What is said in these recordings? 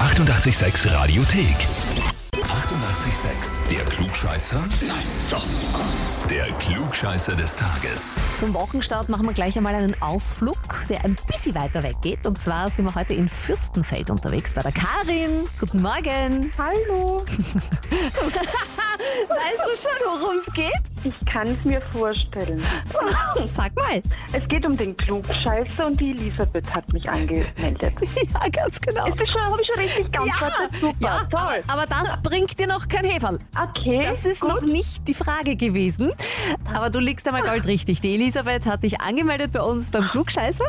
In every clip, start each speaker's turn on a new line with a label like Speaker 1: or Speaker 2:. Speaker 1: 886 Radiothek. 88,6. Der Klugscheißer? Nein, doch. Der Klugscheißer des Tages.
Speaker 2: Zum Wochenstart machen wir gleich einmal einen Ausflug, der ein bisschen weiter weg geht. Und zwar sind wir heute in Fürstenfeld unterwegs bei der Karin. Guten Morgen.
Speaker 3: Hallo,
Speaker 2: Weißt du schon, worum es geht?
Speaker 3: ich kann es mir vorstellen.
Speaker 2: Sag mal.
Speaker 3: Es geht um den Klugscheißer und die Elisabeth hat mich angemeldet.
Speaker 2: Ja, ganz genau.
Speaker 3: Ist das schon, habe ich schon richtig geantwortet? Super,
Speaker 2: ja,
Speaker 3: toll.
Speaker 2: Aber, aber das bringt dir noch kein Heferl.
Speaker 3: Okay,
Speaker 2: Das ist noch nicht die Frage gewesen. Aber du liegst einmal goldrichtig. Die Elisabeth hat dich angemeldet bei uns beim Klugscheißer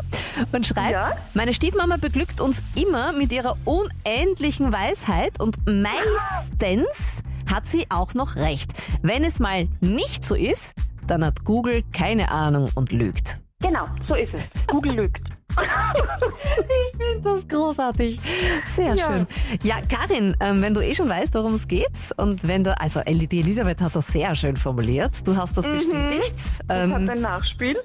Speaker 2: und schreibt,
Speaker 3: Ja.
Speaker 2: meine Stiefmama beglückt uns immer mit ihrer unendlichen Weisheit und meistens hat sie auch noch recht. Wenn es mal nicht so ist, dann hat Google keine Ahnung und lügt.
Speaker 3: genau, so ist es. Google lügt.
Speaker 2: Ich finde das großartig. Sehr
Speaker 3: Ja.
Speaker 2: schön. Ja, Karin, ähm, wenn du eh schon weißt, worum es geht und wenn du, also Eli- die Elisabeth hat das sehr schön formuliert, du hast das bestätigt.
Speaker 3: Mhm. Ich habe
Speaker 2: Ähm,
Speaker 3: ein Nachspiel.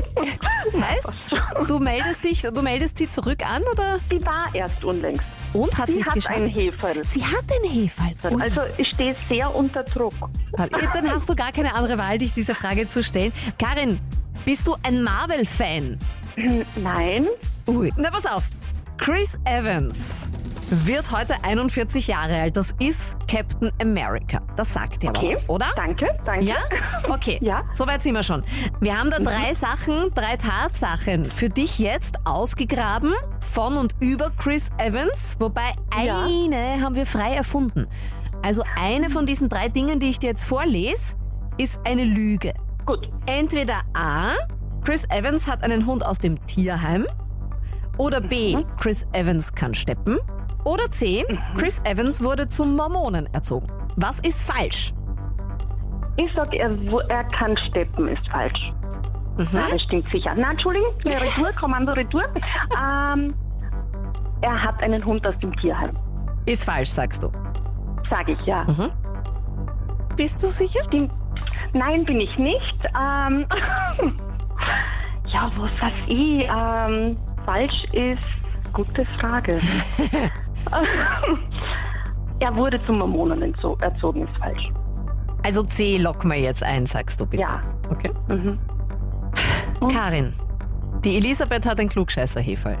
Speaker 2: heißt, du meldest dich, du meldest sie zurück an oder?
Speaker 3: Die war erst unlängst.
Speaker 2: Und hat sie
Speaker 3: Die
Speaker 2: es
Speaker 3: hat
Speaker 2: geschafft?
Speaker 3: ein Heferl.
Speaker 2: Sie hat den Hefall.
Speaker 3: Also ich stehe sehr unter Druck.
Speaker 2: Dann hast du gar keine andere Wahl, dich dieser Frage zu stellen. Karin, bist du ein Marvel-Fan?
Speaker 3: Nein,
Speaker 2: Ui. Na, pass auf. Chris Evans wird heute 41 Jahre alt. Das ist Captain America. Das sagt dir aber
Speaker 3: okay.
Speaker 2: was, oder?
Speaker 3: Danke, danke.
Speaker 2: Ja? Okay.
Speaker 3: Ja. Mhm.
Speaker 2: Soweit sind wir schon. Wir haben da drei Sachen, drei Tatsachen für dich jetzt ausgegraben von und über Chris Evans. Wobei
Speaker 3: Ja.
Speaker 2: eine haben wir frei erfunden. Also eine von diesen drei Dingen, die ich dir jetzt vorlese, ist eine Lüge.
Speaker 3: Gut,
Speaker 2: Entweder A, Chris Evans hat einen Hund aus dem Tierheim. Oder B, Chris Evans kann steppen. Oder C, Chris Evans wurde zum Mormonen erzogen. Was ist falsch?
Speaker 3: ich sag, er, wo- er kann steppen, ist falsch. Nein, das stimmt sicher. Na, Entschuldigung, eine Retour, Kommando Retour. Ähm, er hat einen Hund aus dem Tierheim,
Speaker 2: Ist falsch, sagst du.
Speaker 3: sage ich ja.
Speaker 2: Bist du sicher?
Speaker 3: Stimmt. Nein, bin ich nicht. Ähm, ja, was weiß ich? Ähm, falsch ist, gute Frage. er wurde zum Mormonen entzo- erzogen, ist falsch.
Speaker 2: Also C locken wir jetzt ein, sagst du bitte.
Speaker 3: Ja.
Speaker 2: Okay.
Speaker 3: Mhm.
Speaker 2: Karin, die Elisabeth hat einen klugscheißer -Hefall.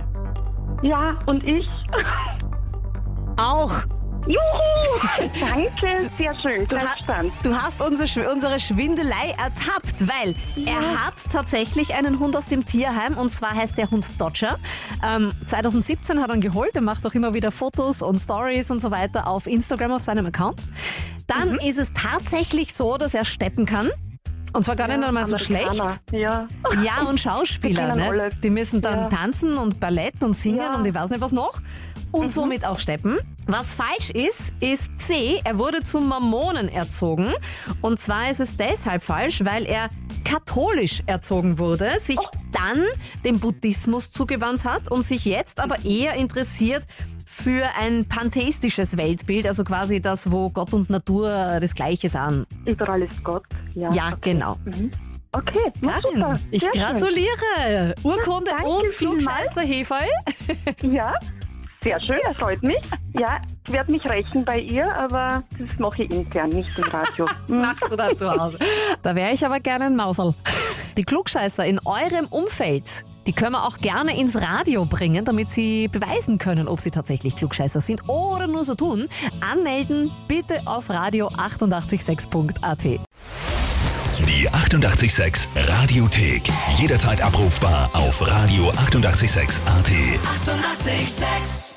Speaker 3: Ja, und ich?
Speaker 2: Auch!
Speaker 3: Juhu! Danke, sehr schön.
Speaker 2: Du, ha
Speaker 3: Verstanden.
Speaker 2: du hast unsere, Schw- unsere Schwindelei ertappt, weil er hat tatsächlich einen Hund aus dem Tierheim und zwar heißt der Hund Dodger. Ähm, 2017 hat er ihn geholt, er macht auch immer wieder Fotos und Stories und so weiter auf Instagram auf seinem Account. Dann ist es tatsächlich so, dass er steppen kann. Und zwar gar nicht einmal so schlecht.
Speaker 3: Amerikaner. Ja.
Speaker 2: Ja, und Schauspieler,
Speaker 3: Die kennen
Speaker 2: ne?
Speaker 3: alle.
Speaker 2: Die müssen dann
Speaker 3: Ja.
Speaker 2: tanzen und Ballett und singen
Speaker 3: Ja. Mhm.
Speaker 2: und ich weiß nicht was noch. Und somit auch steppen. Was falsch ist, ist C. Er wurde zum Mormonen erzogen. Und zwar ist es deshalb falsch, weil er katholisch erzogen wurde, sich
Speaker 3: Oh.
Speaker 2: dann dem Buddhismus zugewandt hat und sich jetzt aber eher interessiert für ein pantheistisches Weltbild, also quasi das, wo Gott und Natur das Gleiche sind.
Speaker 3: Überall ist Gott. Ja,
Speaker 2: Ja, genau.
Speaker 3: okay. Na, super.
Speaker 2: Karin, ich
Speaker 3: Sehr schön.
Speaker 2: gratuliere. Urkunde
Speaker 3: Danke
Speaker 2: und
Speaker 3: vielmals.
Speaker 2: klugscheißer Hefall.
Speaker 3: Ja, sehr schön, das freut mich. Ja, ich werde mich rächen bei ihr, aber das mache ich intern, nicht im Radio.
Speaker 2: Was machst du da zu Hause? Da wäre ich aber gerne ein Mausel. Die Klugscheißer in eurem Umfeld, die können wir auch gerne ins Radio bringen, damit sie beweisen können, ob sie tatsächlich Klugscheißer sind oder nur so tun. Anmelden bitte auf radio886.at.
Speaker 1: Die 88,6 Radiothek. Jederzeit abrufbar auf radio886.at. 88,6.
Speaker 4: Eighty-eight, sex.